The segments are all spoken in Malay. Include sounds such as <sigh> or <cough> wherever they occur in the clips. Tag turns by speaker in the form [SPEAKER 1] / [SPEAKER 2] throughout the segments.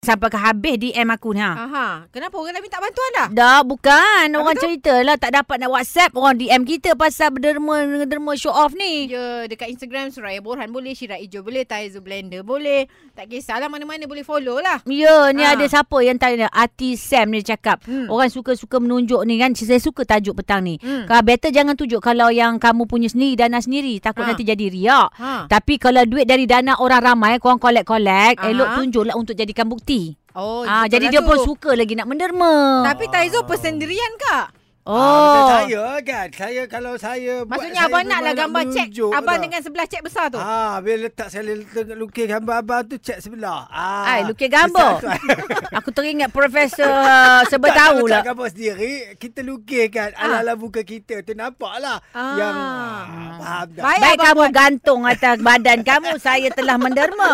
[SPEAKER 1] sampai ke habis DM aku ni. Ha.
[SPEAKER 2] Aha. Kenapa orang lain minta bantuan dah?
[SPEAKER 1] Dah bukan
[SPEAKER 2] Ah. Apa
[SPEAKER 1] orang
[SPEAKER 2] tu?
[SPEAKER 1] ceritalah tak dapat nak WhatsApp orang DM kita pasal derma derma show off ni.
[SPEAKER 2] Ya, dekat Instagram Suraya Borhan boleh, Syirah Ijo boleh, Taizu Blender boleh. Tak kisahlah mana-mana boleh follow lah.
[SPEAKER 1] Ya, ni
[SPEAKER 2] Ha.
[SPEAKER 1] ada siapa yang tanya Ati Sam ni cakap.
[SPEAKER 2] Hmm.
[SPEAKER 1] Orang suka-suka menunjuk ni kan. Saya suka tajuk petang ni.
[SPEAKER 2] Hmm.
[SPEAKER 1] Kalau better jangan tunjuk kalau yang kamu punya sendiri dana sendiri takut
[SPEAKER 2] Ha.
[SPEAKER 1] nanti jadi riak.
[SPEAKER 2] Ha.
[SPEAKER 1] Tapi kalau duit dari dana orang ramai korang collect-collect,
[SPEAKER 2] Aha.
[SPEAKER 1] elok tunjuklah untuk jadikan bukti.
[SPEAKER 2] Ah. Oh,
[SPEAKER 1] ah
[SPEAKER 2] betul
[SPEAKER 1] jadi
[SPEAKER 2] lah
[SPEAKER 1] dia
[SPEAKER 2] tu.
[SPEAKER 1] pun suka lagi nak menderma.
[SPEAKER 2] Tapi Taizu persendirian kak?
[SPEAKER 1] oh.
[SPEAKER 3] Ah, macam saya kan. Saya kalau saya buat,
[SPEAKER 2] Maksudnya
[SPEAKER 3] saya
[SPEAKER 2] abang
[SPEAKER 3] memang
[SPEAKER 2] naklah gambar cek
[SPEAKER 3] menunjuk
[SPEAKER 2] abang
[SPEAKER 3] tau.
[SPEAKER 2] dengan sebelah cek besar tu.
[SPEAKER 3] Ah, bila letak saya letak- lukis gambar abang tu cek sebelah. Ah.
[SPEAKER 1] Ai, lukis gambar.
[SPEAKER 2] <laughs>
[SPEAKER 3] Besar tu.
[SPEAKER 1] <laughs> Aku teringat Profesor Serba
[SPEAKER 3] Tak, tak
[SPEAKER 1] Tahu
[SPEAKER 3] letak
[SPEAKER 1] lah.
[SPEAKER 3] gambar sendiri, kita lukiskan ala-ala muka kita tu nampak lah.
[SPEAKER 2] Ah.
[SPEAKER 3] Yang ah, faham tak?
[SPEAKER 2] Baik,
[SPEAKER 1] Baik
[SPEAKER 2] abang
[SPEAKER 1] kamu
[SPEAKER 2] buat.
[SPEAKER 1] gantung atas badan kamu, saya telah
[SPEAKER 3] <laughs>
[SPEAKER 1] menderma.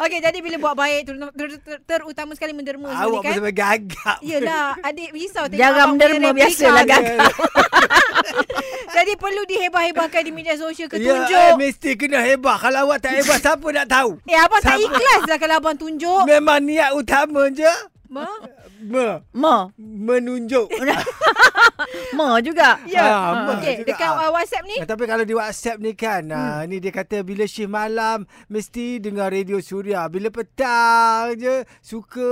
[SPEAKER 2] Okey, jadi bila buat baik ter, ter, ter, terutama sekali menderma
[SPEAKER 3] Ah,
[SPEAKER 2] ni
[SPEAKER 3] Awak pun
[SPEAKER 2] kan.
[SPEAKER 3] sampai gagap.
[SPEAKER 2] Yelah, adik risau tengok
[SPEAKER 1] Jarang
[SPEAKER 2] abang punya
[SPEAKER 1] menderma,
[SPEAKER 2] replika.
[SPEAKER 1] biasalah kan.
[SPEAKER 2] <laughs> Jadi perlu dihebah-hebahkan di media sosial ke
[SPEAKER 3] Ya, eh,
[SPEAKER 2] tunjuk.
[SPEAKER 3] mesti kena hebah. Kalau awak tak hebah, siapa nak
[SPEAKER 2] <laughs>
[SPEAKER 3] tahu?
[SPEAKER 2] Eh, abang tak
[SPEAKER 3] Sama.
[SPEAKER 2] ikhlas lah kalau abang tunjuk.
[SPEAKER 3] Memang niat utama je
[SPEAKER 2] Ma?
[SPEAKER 3] me,
[SPEAKER 1] Ma.
[SPEAKER 3] menunjuk.
[SPEAKER 2] <laughs>
[SPEAKER 1] Ma juga.
[SPEAKER 3] Ya. Ah, ma
[SPEAKER 2] Okey,
[SPEAKER 3] juga.
[SPEAKER 2] dekat
[SPEAKER 3] Ah.
[SPEAKER 2] uh, WhatsApp
[SPEAKER 1] Eh,
[SPEAKER 2] ni.
[SPEAKER 3] Ah, Tapi kalau di WhatsApp ni kan, hmm. ah, ni dia kata bila shift malam mesti dengar radio Suria. Bila petang je suka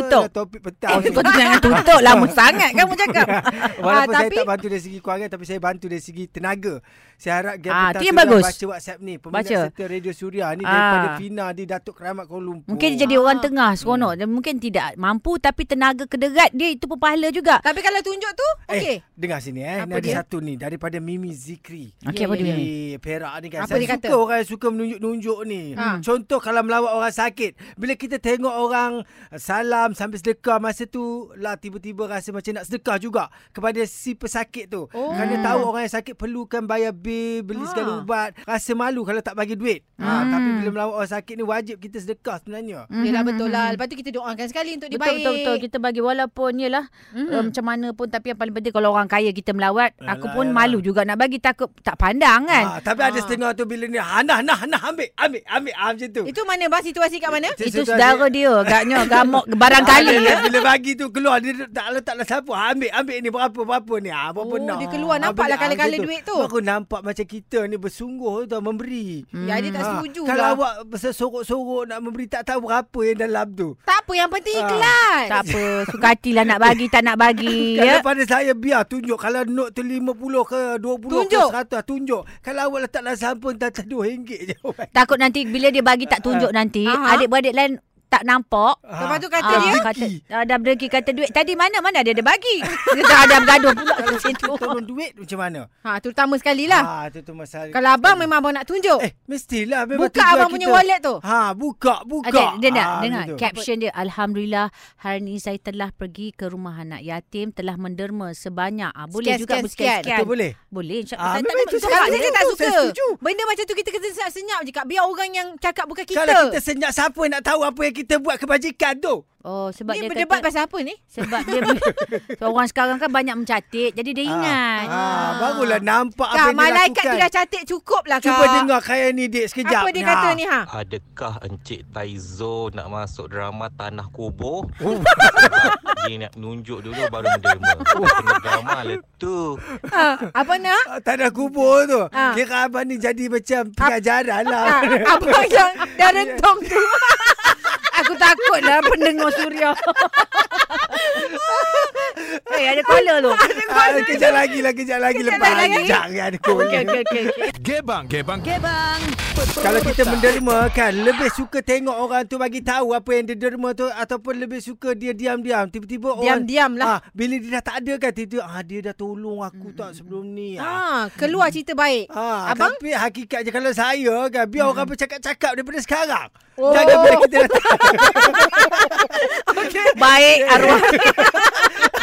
[SPEAKER 1] Tutup.
[SPEAKER 3] lah topik petang.
[SPEAKER 1] Oh, tu jangan tutup lama sangat kamu cakap.
[SPEAKER 3] <laughs>
[SPEAKER 2] Ah,
[SPEAKER 3] Walaupun saya
[SPEAKER 2] tapi-
[SPEAKER 3] tak bantu dari segi kewangan tapi saya bantu dari segi tenaga. Saya harap
[SPEAKER 1] Ah,
[SPEAKER 3] Gap
[SPEAKER 1] tu
[SPEAKER 3] Petang
[SPEAKER 1] yang
[SPEAKER 3] segera
[SPEAKER 1] bagus.
[SPEAKER 3] baca WhatsApp ni. Peminat
[SPEAKER 1] Baca.
[SPEAKER 3] baca. serta Radio Suria ni
[SPEAKER 1] Ah.
[SPEAKER 3] daripada Fina di Datuk Keramat Kuala Lumpur.
[SPEAKER 1] Mungkin dia jadi orang
[SPEAKER 3] Ah.
[SPEAKER 1] tengah seronok. Dia mungkin tidak mampu tapi tenaga kederat dia itu pun pahala juga.
[SPEAKER 2] Tapi kalau tunjuk tu, okey.
[SPEAKER 3] Eh, dengar sini eh. Ini
[SPEAKER 2] Apa
[SPEAKER 3] ada
[SPEAKER 2] dia?
[SPEAKER 3] satu ni daripada Mimi Zikri.
[SPEAKER 1] Okey,
[SPEAKER 2] Ya,
[SPEAKER 1] apa
[SPEAKER 2] ya,
[SPEAKER 1] dia?
[SPEAKER 2] ya.
[SPEAKER 3] Di Perak ni kan
[SPEAKER 2] Apa
[SPEAKER 3] Apa
[SPEAKER 2] dia
[SPEAKER 3] Saya
[SPEAKER 2] kata?
[SPEAKER 3] suka orang yang suka menunjuk-nunjuk ni
[SPEAKER 2] Ha.
[SPEAKER 3] ha. Contoh kalau melawat orang sakit Bila kita tengok orang eh, Salam sambil sedekah Masa tu lah tiba-tiba rasa macam nak sedekah juga Kepada si pesakit tu
[SPEAKER 2] Oh.
[SPEAKER 3] oh. Kerana tahu orang yang sakit perlukan bayar bil
[SPEAKER 2] Ha.
[SPEAKER 3] Beli ha. segala ubat Rasa malu kalau tak bagi duit ha.
[SPEAKER 1] Hmm.
[SPEAKER 3] Tapi bila melawat orang sakit ni Wajib kita sedekah sebenarnya
[SPEAKER 2] Yelah betul lah. Lepas tu kita doakan sekali untuk dia
[SPEAKER 1] Mhm. Betul,
[SPEAKER 2] baik.
[SPEAKER 1] betul, betul. Kita bagi walaupun yelah
[SPEAKER 2] Mm.
[SPEAKER 1] mm. uh, macam mana pun tapi yang paling penting kalau orang kaya kita melawat,
[SPEAKER 3] Yalah,
[SPEAKER 1] aku pun
[SPEAKER 3] yalah.
[SPEAKER 1] malu juga nak bagi takut tak pandang kan.
[SPEAKER 3] ha. Tapi ada
[SPEAKER 2] Ha.
[SPEAKER 3] setengah tu bila ni ha, Nah, nah, nah ambil Ambil, ambil, ambil Macam tu
[SPEAKER 2] Itu mana bah situasi kat mana?
[SPEAKER 3] Itu
[SPEAKER 1] Itu
[SPEAKER 3] sudah
[SPEAKER 1] saudara dia agaknya gamok barangkali
[SPEAKER 3] <laughs> Ah,
[SPEAKER 1] ya.
[SPEAKER 3] Bila bagi tu keluar dia tak letaklah siapa. Ha, ambil ambil ni berapa berapa ni. Ah berapa
[SPEAKER 2] Oh,
[SPEAKER 3] nak.
[SPEAKER 2] dia keluar.
[SPEAKER 3] Ah,
[SPEAKER 2] Nampaklah
[SPEAKER 3] beli, ah,
[SPEAKER 2] kala-kala
[SPEAKER 3] macam
[SPEAKER 2] duit tu.
[SPEAKER 3] Aku nampak macam kita ni bersungguh tu memberi.
[SPEAKER 1] Hmm.
[SPEAKER 2] Ya, dia tak
[SPEAKER 3] Ah,
[SPEAKER 2] setuju
[SPEAKER 3] Kalau
[SPEAKER 2] lah.
[SPEAKER 3] awak bersorok-sorok nak memberi tak tahu berapa yang dalam tu.
[SPEAKER 2] Tak apa, yang penting
[SPEAKER 3] Ah,
[SPEAKER 2] ikhlas.
[SPEAKER 1] Tak apa, suka hatilah nak bagi tak nak bagi
[SPEAKER 3] <laughs> Kalau
[SPEAKER 1] ya.
[SPEAKER 3] pada saya biar tunjuk kalau note tu 50 ke 20
[SPEAKER 2] Tunjuk.
[SPEAKER 3] ke 100 ah, tunjuk. Kalau awak letak dalam sampun tak tak RM2 je. <laughs>
[SPEAKER 1] Takut nanti bila dia bagi tak tunjuk nanti,
[SPEAKER 2] Aha.
[SPEAKER 1] adik-beradik lain tak nampak.
[SPEAKER 2] Lepas tu kata
[SPEAKER 1] Ah,
[SPEAKER 2] dia,
[SPEAKER 1] kata ada bereki kata duit tadi mana mana dia ada bagi. Kita ada bergaduh pula tu situ.
[SPEAKER 3] Tolong duit macam mana?
[SPEAKER 2] ha, terutama sekali lah.
[SPEAKER 3] Ah tu tu masalah.
[SPEAKER 2] Kalau abang memang abang nak tunjuk.
[SPEAKER 3] Eh, mestilah memang
[SPEAKER 2] Buka
[SPEAKER 3] tujuan
[SPEAKER 2] abang punya
[SPEAKER 3] kita.
[SPEAKER 2] wallet tu.
[SPEAKER 3] Ha, buka, buka.
[SPEAKER 1] Okay, dia nak
[SPEAKER 3] Ah,
[SPEAKER 1] dengar
[SPEAKER 3] macam tu.
[SPEAKER 1] caption dia Alhamdulillah hari ni saya telah pergi ke rumah anak yatim telah menderma sebanyak ah, boleh
[SPEAKER 2] Sekian,
[SPEAKER 1] juga
[SPEAKER 2] sekian,
[SPEAKER 1] bersekian
[SPEAKER 3] Betul boleh?
[SPEAKER 1] boleh insyaAllah
[SPEAKER 3] Ah,
[SPEAKER 1] Saya
[SPEAKER 3] memang
[SPEAKER 1] nak
[SPEAKER 3] itu
[SPEAKER 1] bentuk
[SPEAKER 2] Kalau
[SPEAKER 1] hak
[SPEAKER 2] kita
[SPEAKER 3] saya
[SPEAKER 1] dia.
[SPEAKER 2] tak
[SPEAKER 3] setuju,
[SPEAKER 2] suka
[SPEAKER 3] saya setuju.
[SPEAKER 2] Benda macam tu kita kena senyap-senyap je Kak Biar orang yang cakap bukan kita
[SPEAKER 3] Kalau kita senyap siapa yang nak tahu apa yang kita buat kebajikan tu? Ha.
[SPEAKER 1] oh sebab
[SPEAKER 2] Ni
[SPEAKER 1] dia
[SPEAKER 2] berdebat
[SPEAKER 1] kata
[SPEAKER 2] pasal apa ni?
[SPEAKER 1] sebab dia so, orang sekarang kan banyak mencatat jadi dia ingat Ah.
[SPEAKER 3] Ha, ha, barulah nampak
[SPEAKER 2] Kak,
[SPEAKER 3] apa yang dia
[SPEAKER 2] malaikat
[SPEAKER 3] lakukan.
[SPEAKER 2] tu dah catat cukup lah Kak
[SPEAKER 3] Cuba dengar kaya ni dik sekejap.
[SPEAKER 2] Apa dia kata ni ha?
[SPEAKER 4] Adakah Encik Taizo nak masuk drama Tanah Kubur?
[SPEAKER 3] Oh.
[SPEAKER 4] Sebab dia nak nunjuk dulu baru menderma. Oh, kena drama lah tu.
[SPEAKER 2] ha apa nak?
[SPEAKER 3] Ah, Tanah kubur tu.
[SPEAKER 2] Ah.
[SPEAKER 3] Kira abang ni jadi macam pengajaran lah.
[SPEAKER 2] <laughs> Ha, abang yang dah rentong tu <laughs>
[SPEAKER 1] aku takutlah pendengar suria Eh, ada caller tu.
[SPEAKER 3] Ah, kejap lagi lah, kejap lagi.
[SPEAKER 2] Kejap
[SPEAKER 3] Lepas
[SPEAKER 2] lagi.
[SPEAKER 3] jangan kau.
[SPEAKER 1] Okey, okey, okey.
[SPEAKER 5] Gebang, gebang.
[SPEAKER 1] Okay, bang.
[SPEAKER 3] Kalau kita menderma kan Lebih suka tengok orang tu Bagi tahu apa yang dia derma tu Ataupun lebih suka dia diam-diam Tiba-tiba orang
[SPEAKER 2] Diam-diam lah.
[SPEAKER 3] ah, Bila dia dah tak ada kan Tiba-tiba ah, Dia dah tolong aku tak sebelum ni ah.
[SPEAKER 2] ha, Keluar cerita baik
[SPEAKER 3] Ha,
[SPEAKER 2] Abang?
[SPEAKER 3] Abang? Tapi hakikatnya kalau saya kan Biar orang bercakap-cakap daripada sekarang
[SPEAKER 2] Oh.
[SPEAKER 3] oh. Jangan bila kita dah tak
[SPEAKER 1] Baik arwah.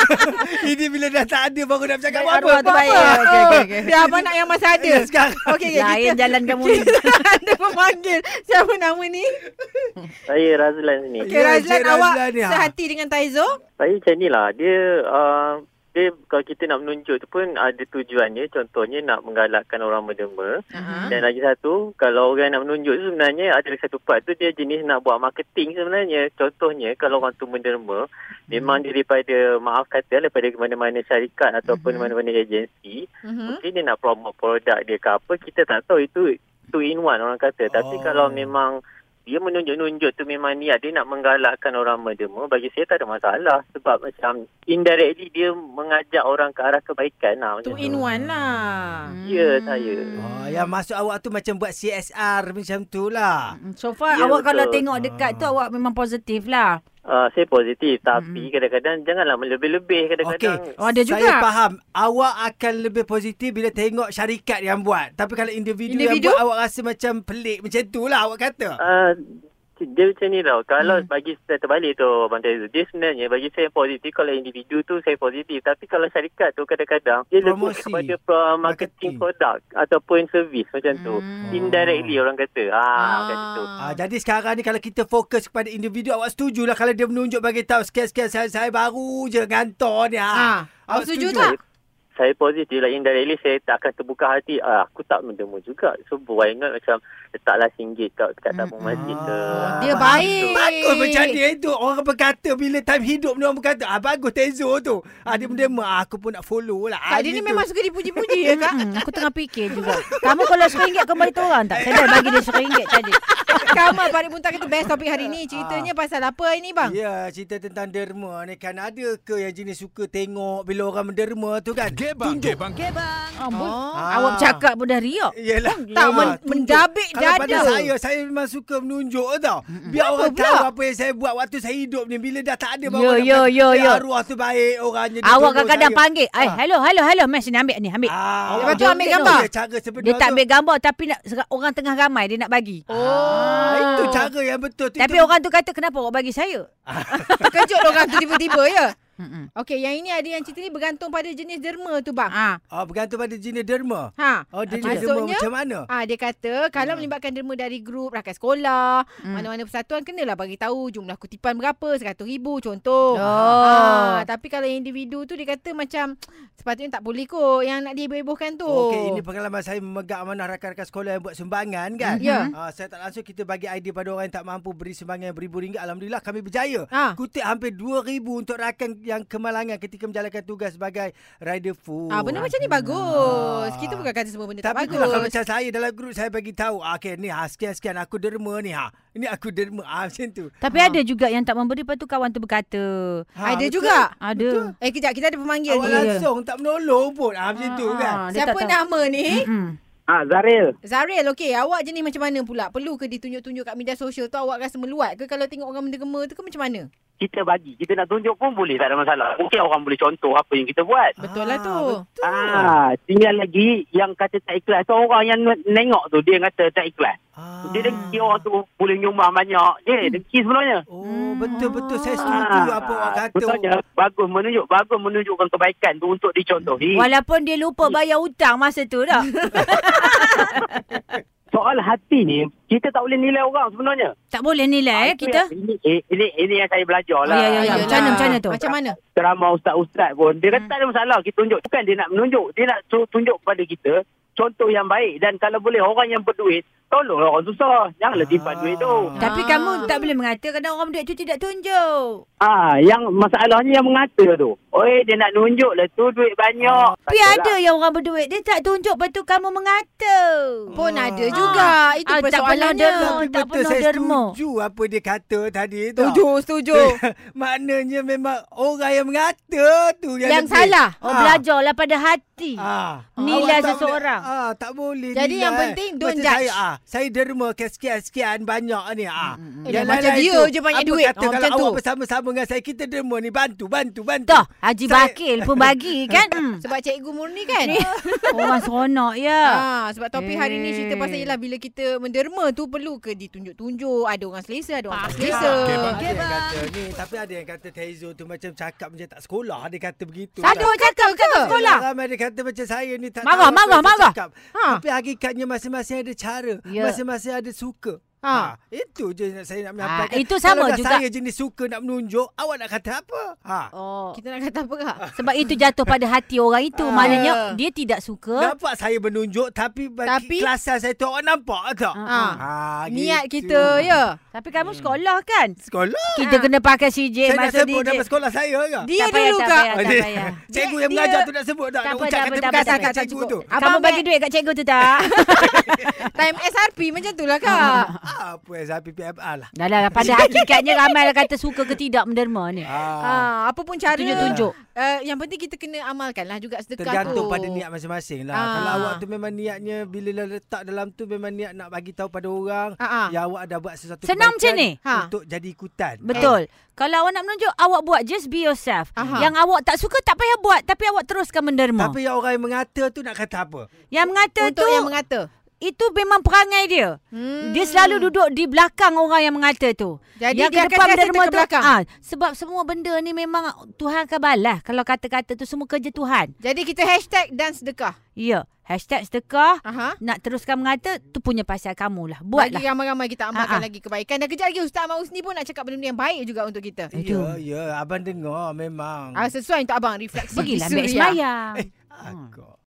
[SPEAKER 3] <laughs> Ini bila dah tak ada Baru nak bercakap
[SPEAKER 1] Baik,
[SPEAKER 3] apa
[SPEAKER 1] arwah tu baik. Okey, okey, okey.
[SPEAKER 2] Biar abang nak yang masa ada
[SPEAKER 3] Ya, sekarang.
[SPEAKER 2] Okey, okey,
[SPEAKER 1] Lain
[SPEAKER 2] kita
[SPEAKER 1] jalan kamu <laughs>
[SPEAKER 5] Ya,
[SPEAKER 1] ni.
[SPEAKER 2] <laughs> kita ada pemanggil Siapa nama ni?
[SPEAKER 6] Saya Razlan sini.
[SPEAKER 2] Okay,
[SPEAKER 3] Ya,
[SPEAKER 2] Razlan
[SPEAKER 3] Encik
[SPEAKER 2] awak
[SPEAKER 3] Razlan ni, ha.
[SPEAKER 2] sehati dengan Taizo
[SPEAKER 6] Saya macam ni lah. Dia, uh,
[SPEAKER 5] dia kalau kita nak menunjuk tu pun ada tujuannya. Contohnya nak menggalakkan orang menderma.
[SPEAKER 2] Uh-huh.
[SPEAKER 5] Dan lagi satu, kalau orang nak menunjuk tu sebenarnya ada satu part tu dia jenis nak buat marketing sebenarnya. Contohnya kalau orang tu
[SPEAKER 2] Mhm.
[SPEAKER 5] menderma, memang daripada maaf kata lah, daripada mana-mana syarikat ataupun
[SPEAKER 2] Mhm.
[SPEAKER 5] mana-mana agensi,
[SPEAKER 2] Uh-huh.
[SPEAKER 5] mungkin dia nak promote produk dia ke apa, kita tak tahu itu two in one orang kata. Tapi
[SPEAKER 3] Oh.
[SPEAKER 5] kalau memang dia menunjuk-nunjuk tu memang niat dia nak menggalakkan orang menderma, bagi saya tak ada masalah sebab macam indirectly dia mengajak orang ke arah kebaikan lah.
[SPEAKER 2] Two
[SPEAKER 5] macam
[SPEAKER 2] in one lah.
[SPEAKER 5] Ya, saya.
[SPEAKER 3] Oh, yang masuk awak tu macam buat CSR macam tu lah.
[SPEAKER 1] Mm, So far
[SPEAKER 5] Ya,
[SPEAKER 1] yeah, awak
[SPEAKER 5] betul.
[SPEAKER 1] kalau tengok dekat tu awak memang positif lah.
[SPEAKER 5] Uh, saya positif tapi kadang-kadang janganlah melebih-lebih kadang-kadang.
[SPEAKER 3] Hmm. Okey.
[SPEAKER 1] Oh, ada
[SPEAKER 3] Saya
[SPEAKER 1] juga.
[SPEAKER 3] faham. Awak akan lebih positif bila tengok syarikat yang buat. Tapi kalau individu,
[SPEAKER 2] Individu? Ah.
[SPEAKER 3] individu? yang buat, awak rasa macam pelik. Macam tu lah awak kata.
[SPEAKER 5] Uh, dia macam ni tau. Kalau hmm. bagi saya terbalik tu Abang Taizu. Dia sebenarnya bagi saya positif. Kalau individu tu saya positif. Tapi kalau syarikat tu kadang-kadang dia lebih
[SPEAKER 3] Promosi,
[SPEAKER 5] kepada pro-
[SPEAKER 3] marketing.
[SPEAKER 5] marketing, produk ataupun servis macam tu.
[SPEAKER 1] Hmm.
[SPEAKER 5] Indirectly orang kata. Ha, ah. macam tu.
[SPEAKER 3] Ah, jadi sekarang ni kalau kita fokus kepada individu, awak setujulah kalau dia menunjuk bagi tahu sekian-sekian saya, saya baru je ngantor ni.
[SPEAKER 2] Ah,
[SPEAKER 3] Ha.
[SPEAKER 2] awak setuju tak?
[SPEAKER 5] Saya positif lah indirectly saya tak akan terbuka hati. Ah, aku tak mendemu juga. So why not macam letaklah RM1 kat, kat tabung
[SPEAKER 1] Mm-mm.
[SPEAKER 5] masjid ke.
[SPEAKER 3] Ah,
[SPEAKER 2] Dia
[SPEAKER 5] Ah,
[SPEAKER 2] baik.
[SPEAKER 3] Bagus macam dia itu. Orang berkata bila time hidup ni orang berkata, ah bagus Tezo tu. Ah dia menderma, ah, aku pun nak follow lah.
[SPEAKER 2] Kak Hmm. dia ni
[SPEAKER 3] gitu.
[SPEAKER 2] memang suka dipuji-puji ya
[SPEAKER 1] <laughs>
[SPEAKER 2] kak.
[SPEAKER 1] Mm, aku tengah fikir juga. Kamu kalau RM1 kau bagi tu orang tak? Saya dah bagi dia RM1 tadi.
[SPEAKER 2] Kamal Farid Muntah kita best topik hari ni. Ceritanya pasal apa ini bang?
[SPEAKER 3] Ya, cerita tentang derma ni kan ada ke yang jenis suka tengok bila orang menderma tu kan?
[SPEAKER 6] Gebang,
[SPEAKER 3] Tunjuk.
[SPEAKER 6] gebang.
[SPEAKER 1] Oh,
[SPEAKER 2] Oh.
[SPEAKER 1] ah. Awak bercakap pun dah riak.
[SPEAKER 3] Yelah.
[SPEAKER 2] Tak men,
[SPEAKER 3] tunjuk.
[SPEAKER 2] mendabik
[SPEAKER 3] Kalau
[SPEAKER 2] dada.
[SPEAKER 3] pada saya, saya memang suka menunjuk tau.
[SPEAKER 2] Kenapa
[SPEAKER 3] Biar orang
[SPEAKER 2] pula?
[SPEAKER 3] tahu apa yang saya buat waktu saya hidup ni. Bila dah tak ada
[SPEAKER 1] Yo,
[SPEAKER 3] orang
[SPEAKER 1] yo,
[SPEAKER 3] nak-
[SPEAKER 1] yo,
[SPEAKER 3] eh,
[SPEAKER 1] yo.
[SPEAKER 3] Arwah tu baik orangnya. dia
[SPEAKER 1] Awak
[SPEAKER 3] tolong
[SPEAKER 1] kadang-kadang
[SPEAKER 3] saya.
[SPEAKER 1] panggil. Eh,
[SPEAKER 3] Ah.
[SPEAKER 1] hello, hello, hello. Mas ni ambil ni, ambil.
[SPEAKER 3] Ah,
[SPEAKER 2] Lepas tu
[SPEAKER 1] Joget
[SPEAKER 2] ambil
[SPEAKER 1] tu.
[SPEAKER 2] gambar.
[SPEAKER 3] Dia cara sebenar
[SPEAKER 1] Dia tak
[SPEAKER 3] tu.
[SPEAKER 1] ambil gambar tapi nak orang tengah ramai dia nak bagi.
[SPEAKER 3] Ah, itu cara yang betul. Tu,
[SPEAKER 1] Tapi
[SPEAKER 3] itu.
[SPEAKER 1] orang tu kata kenapa awak bagi saya? Hmm,
[SPEAKER 2] Terkejut orang tu tiba-tiba ya.
[SPEAKER 1] Mm-mm.
[SPEAKER 2] Okey, yang ini ada yang cerita ni bergantung pada jenis derma tu bang.
[SPEAKER 1] Ah.
[SPEAKER 3] Oh, bergantung pada jenis derma.
[SPEAKER 2] Ha.
[SPEAKER 3] Oh, jenis derma
[SPEAKER 2] Maksudnya
[SPEAKER 3] macam mana?
[SPEAKER 2] Ah dia kata kalau melibatkan derma dari grup rakan sekolah,
[SPEAKER 3] Hmm.
[SPEAKER 2] mana-mana persatuan kenalah bagi tahu jumlah kutipan berapa, 100,000 contoh.
[SPEAKER 1] Oh.
[SPEAKER 2] Ah, tapi kalau yang individu tu dia kata macam sepatutnya tak boleh kot yang nak diheboh-hebohkan tu. Ah.
[SPEAKER 3] Okey, ini pengalaman saya memegang amanah rakan-rakan sekolah yang buat sumbangan kan.
[SPEAKER 2] Ya.
[SPEAKER 3] Ah, saya tak langsung kita bagi idea pada orang yang tak mampu beri sumbangan beribu ringgit. Alhamdulillah kami berjaya.
[SPEAKER 2] Ah.
[SPEAKER 3] Kutip hampir 2000 untuk rakan yang kemalangan ketika menjalankan tugas sebagai rider full.
[SPEAKER 2] Ah benda macam ni bagus. Kita bukan kata semua benda tak
[SPEAKER 3] Tapi
[SPEAKER 2] bagus.
[SPEAKER 3] itulah kalau macam saya dalam grup saya bagi tahu, ah, okey ni ha, sekian-sekian aku derma ni ha. Ini aku derma ah macam tu.
[SPEAKER 1] Tapi ada juga yang tak memberi lepas tu kawan tu berkata.
[SPEAKER 3] Ha,
[SPEAKER 2] ada
[SPEAKER 3] betul.
[SPEAKER 2] juga.
[SPEAKER 1] Ada.
[SPEAKER 2] Eh kejap kita ada pemanggil
[SPEAKER 3] Awak
[SPEAKER 2] ni.
[SPEAKER 3] langsung tak menolong pun ah, macam tu kan.
[SPEAKER 1] Ah, dia
[SPEAKER 2] Siapa
[SPEAKER 1] tak tahu.
[SPEAKER 2] nama
[SPEAKER 3] Hmm.
[SPEAKER 2] ni?
[SPEAKER 1] Mm-mm.
[SPEAKER 5] Ah, Zaril.
[SPEAKER 2] Zaril, okey, awak jenis macam mana pula? Perlu ke ditunjuk-tunjuk kat media sosial tu awak rasa meluat ke kalau tengok orang menderma tu ke macam mana?
[SPEAKER 5] kita bagi. Kita nak tunjuk pun boleh, tak ada masalah. Mungkin orang boleh contoh apa yang kita buat.
[SPEAKER 2] Betul lah
[SPEAKER 3] Ah,
[SPEAKER 2] tu.
[SPEAKER 3] Betul.
[SPEAKER 5] Ah, tinggal lagi yang kata tak ikhlas. So, orang yang ne- nengok tu, dia kata tak ikhlas.
[SPEAKER 3] Ah.
[SPEAKER 5] Dia dengki orang tu boleh nyumbang banyak.
[SPEAKER 1] Hmm.
[SPEAKER 5] Dia dengki sebenarnya.
[SPEAKER 3] Oh, betul-betul
[SPEAKER 1] Ah,
[SPEAKER 3] saya setuju
[SPEAKER 5] Ah.
[SPEAKER 1] lah
[SPEAKER 3] apa awak kata.
[SPEAKER 5] Sebenarnya, bagus menunjuk, bagus menunjukkan kebaikan tu untuk dicontohi.
[SPEAKER 1] Walaupun dia
[SPEAKER 5] Eh.
[SPEAKER 1] lupa bayar hutang masa tu dah.
[SPEAKER 5] <laughs> Soal hati ni, kita tak boleh nilai orang sebenarnya. Ah,
[SPEAKER 1] tak boleh nilai eh
[SPEAKER 5] Itu
[SPEAKER 1] kita.
[SPEAKER 5] yang- Ini, eh, ini, ini yang saya belajar lah.
[SPEAKER 1] Oh, ya, ya, ya.
[SPEAKER 2] Ah,
[SPEAKER 1] Macam mana,
[SPEAKER 2] yelah.
[SPEAKER 1] macam mana tu?
[SPEAKER 2] Macam mana?
[SPEAKER 5] ceramah ustaz-ustaz pun dia kata
[SPEAKER 1] Hmm.
[SPEAKER 5] tak ada masalah kita tunjuk bukan dia nak menunjuk dia nak su- tunjuk kepada kita contoh yang baik dan kalau boleh orang yang berduit tolonglah orang susah janganlah simpan
[SPEAKER 3] Ah.
[SPEAKER 5] duit tu
[SPEAKER 1] Tapi
[SPEAKER 2] Ah.
[SPEAKER 1] kamu tak boleh mengata kerana orang duit tu tidak tunjuk.
[SPEAKER 5] ah yang masalahnya yang mengata tu oi dia nak nunjuk lah tu duit banyak lah.
[SPEAKER 1] Tapi ada yang orang berduit dia tak tunjuk lepas tu kamu mengata.
[SPEAKER 2] Pun
[SPEAKER 3] Ah.
[SPEAKER 2] ada juga. Itu
[SPEAKER 1] Ah, tak pernah
[SPEAKER 2] persoalannya.
[SPEAKER 1] derma.
[SPEAKER 3] Tapi
[SPEAKER 1] tak
[SPEAKER 3] betul
[SPEAKER 1] penuh
[SPEAKER 3] saya
[SPEAKER 1] derma.
[SPEAKER 3] setuju apa dia kata tadi tu.
[SPEAKER 2] Setuju, setuju.
[SPEAKER 3] <laughs> Maknanya memang orang yang mengata tu yang,
[SPEAKER 2] Yang
[SPEAKER 3] lebih.
[SPEAKER 2] salah.
[SPEAKER 1] Oh, belajarlah pada hati.
[SPEAKER 3] Ah.
[SPEAKER 1] Nilai
[SPEAKER 3] Awak tak
[SPEAKER 1] seseorang.
[SPEAKER 3] Boleh, ah, tak boleh
[SPEAKER 2] Jadi
[SPEAKER 3] nilai.
[SPEAKER 2] yang penting, don't
[SPEAKER 3] Macam
[SPEAKER 2] judge.
[SPEAKER 3] Saya, ah, saya derma ke sekian-sekian banyak ni.
[SPEAKER 2] Eh,
[SPEAKER 3] Ah.
[SPEAKER 2] macam
[SPEAKER 3] lain-lain
[SPEAKER 2] dia je banyak
[SPEAKER 3] apa
[SPEAKER 2] duit. Ah,
[SPEAKER 3] Kata, kalau
[SPEAKER 2] macam
[SPEAKER 3] awak
[SPEAKER 2] tu.
[SPEAKER 3] bersama-sama dengan saya, kita derma ni bantu, bantu, bantu.
[SPEAKER 1] Dah, Haji
[SPEAKER 3] Saya-
[SPEAKER 1] Bakil pun
[SPEAKER 3] <laughs>
[SPEAKER 1] bagi kan. Hmm.
[SPEAKER 2] Sebab cikgu murni kan?
[SPEAKER 1] Orang seronok ya.
[SPEAKER 2] <laughs> Ah, sebab topik hari ni cerita
[SPEAKER 1] Eh.
[SPEAKER 2] pasal ialah bila kita menderma tu perlu ke ditunjuk-tunjuk, ada orang selesa, ada orang tak selesa.
[SPEAKER 1] lah.
[SPEAKER 3] Ada yang kata ni, tapi ada yang kata Tezo tu macam cakap macam tak sekolah. Dia kata begitu.
[SPEAKER 1] Sadu
[SPEAKER 3] kan.
[SPEAKER 1] cakap kat sekolah.
[SPEAKER 3] Ramai dia kata macam saya ni tak
[SPEAKER 1] lah. Marah,
[SPEAKER 3] tahu apa
[SPEAKER 1] marah,
[SPEAKER 3] yang saya
[SPEAKER 1] marah.
[SPEAKER 3] Cakap.
[SPEAKER 2] Ha.
[SPEAKER 3] Tapi hakikatnya masing-masing ada cara.
[SPEAKER 1] Ya.
[SPEAKER 3] Masing-masing ada suka.
[SPEAKER 2] Ha.
[SPEAKER 3] Ha. Itu je nak saya
[SPEAKER 1] Ha,
[SPEAKER 3] nak menyampaikan.
[SPEAKER 1] itu sama
[SPEAKER 3] Kalau dah
[SPEAKER 1] juga.
[SPEAKER 3] saya jenis suka nak menunjuk, awak nak kata apa? Ha.
[SPEAKER 1] Oh.
[SPEAKER 2] Kita nak kata apa kak?
[SPEAKER 1] Sebab itu jatuh pada hati orang itu.
[SPEAKER 2] Ah.
[SPEAKER 1] Maknanya dia tidak suka.
[SPEAKER 3] Nampak saya menunjuk tapi
[SPEAKER 2] Tapi-
[SPEAKER 3] bagi kelasan saya tu awak nampak tak?
[SPEAKER 1] Ah.
[SPEAKER 3] Ha,
[SPEAKER 2] Niat
[SPEAKER 3] gitu.
[SPEAKER 2] kita ya.
[SPEAKER 1] Tapi kamu sekolah kan?
[SPEAKER 3] Sekolah.
[SPEAKER 1] Kita
[SPEAKER 2] Ah.
[SPEAKER 1] kena pakai CJ
[SPEAKER 3] Saya nak
[SPEAKER 1] masa
[SPEAKER 3] sebut nama
[SPEAKER 1] DJ.
[SPEAKER 3] sekolah saya ke?
[SPEAKER 2] Dia
[SPEAKER 1] Tak payah,
[SPEAKER 2] dulu
[SPEAKER 1] tak
[SPEAKER 2] kak.
[SPEAKER 1] payah, tak
[SPEAKER 3] Dia- <laughs>
[SPEAKER 1] payah.
[SPEAKER 3] Cikgu
[SPEAKER 2] Dia-
[SPEAKER 3] yang mengajar
[SPEAKER 2] dia-
[SPEAKER 3] tu nak sebut tak?
[SPEAKER 1] Tak
[SPEAKER 3] Nak
[SPEAKER 1] apa,
[SPEAKER 3] ucap
[SPEAKER 1] tak apa, tak
[SPEAKER 3] kata
[SPEAKER 1] apa,
[SPEAKER 3] perkataan
[SPEAKER 1] tak
[SPEAKER 3] kat
[SPEAKER 1] apa,
[SPEAKER 3] cikgu tu.
[SPEAKER 1] Kamu
[SPEAKER 2] Abang
[SPEAKER 1] bagi
[SPEAKER 2] Mac-
[SPEAKER 1] duit kat cikgu tu tak?
[SPEAKER 2] Time SRP macam tu lah kak.
[SPEAKER 1] Ah.
[SPEAKER 3] Apa yang saya PPMR lah.
[SPEAKER 1] <laughs> Dah lah, <laughs> pada hakikatnya ramai lah kata suka ke tidak menderma ni.
[SPEAKER 3] Ha.
[SPEAKER 2] Ah, apa pun cara
[SPEAKER 1] Tunjuk-tunjuk.
[SPEAKER 2] Uh, yang penting kita kena amalkan lah juga sedekah tu.
[SPEAKER 3] Tergantung pada niat masing-masing lah.
[SPEAKER 2] Ah.
[SPEAKER 3] Kalau awak tu memang niatnya bila dah letak dalam tu memang niat nak bagi tahu pada orang
[SPEAKER 2] Ah, ah.
[SPEAKER 3] yang awak dah buat sesuatu
[SPEAKER 1] Senang macam
[SPEAKER 3] kebaikan
[SPEAKER 1] ni?
[SPEAKER 2] Ha.
[SPEAKER 3] Untuk jadi ikutan.
[SPEAKER 1] Betul. Eh. Kalau awak nak menunjuk, awak buat just be yourself.
[SPEAKER 2] Aha.
[SPEAKER 1] Yang awak tak suka tak payah buat tapi awak teruskan menderma.
[SPEAKER 3] Eh, Tapi yang orang yang mengata tu nak kata apa?
[SPEAKER 1] yang mengata
[SPEAKER 2] Untuk
[SPEAKER 1] tu
[SPEAKER 2] yang mengata.
[SPEAKER 1] itu memang perangai dia.
[SPEAKER 2] Hmm.
[SPEAKER 1] Dia selalu duduk di belakang orang yang mengata tu.
[SPEAKER 2] Jadi
[SPEAKER 1] yang
[SPEAKER 2] dia akan rasa terbelakang.
[SPEAKER 1] ah, sebab semua benda ni memang Tuhan akan balas. Kalau kata-kata tu semua kerja Tuhan.
[SPEAKER 2] Jadi kita hashtag dan sedekah.
[SPEAKER 1] Ya, hashtag sedekah.
[SPEAKER 2] Aha.
[SPEAKER 1] Nak teruskan mengata tu punya pasal kamu lah.
[SPEAKER 2] Buatlah.
[SPEAKER 1] Buatlah.
[SPEAKER 2] Bagi ramai-ramai kita amalkan
[SPEAKER 1] Ah, ah.
[SPEAKER 2] lagi kebaikan. Dan kejap lagi Ustaz Ahmad Husni pun nak cakap benda-benda yang baik juga untuk kita.
[SPEAKER 3] Ya, ya. Abang dengar memang.
[SPEAKER 2] Ah, sesuai untuk abang refleksi
[SPEAKER 1] Pergilah
[SPEAKER 2] di
[SPEAKER 1] ambil <laughs>
[SPEAKER 2] suria.
[SPEAKER 1] semayang.
[SPEAKER 3] Agak.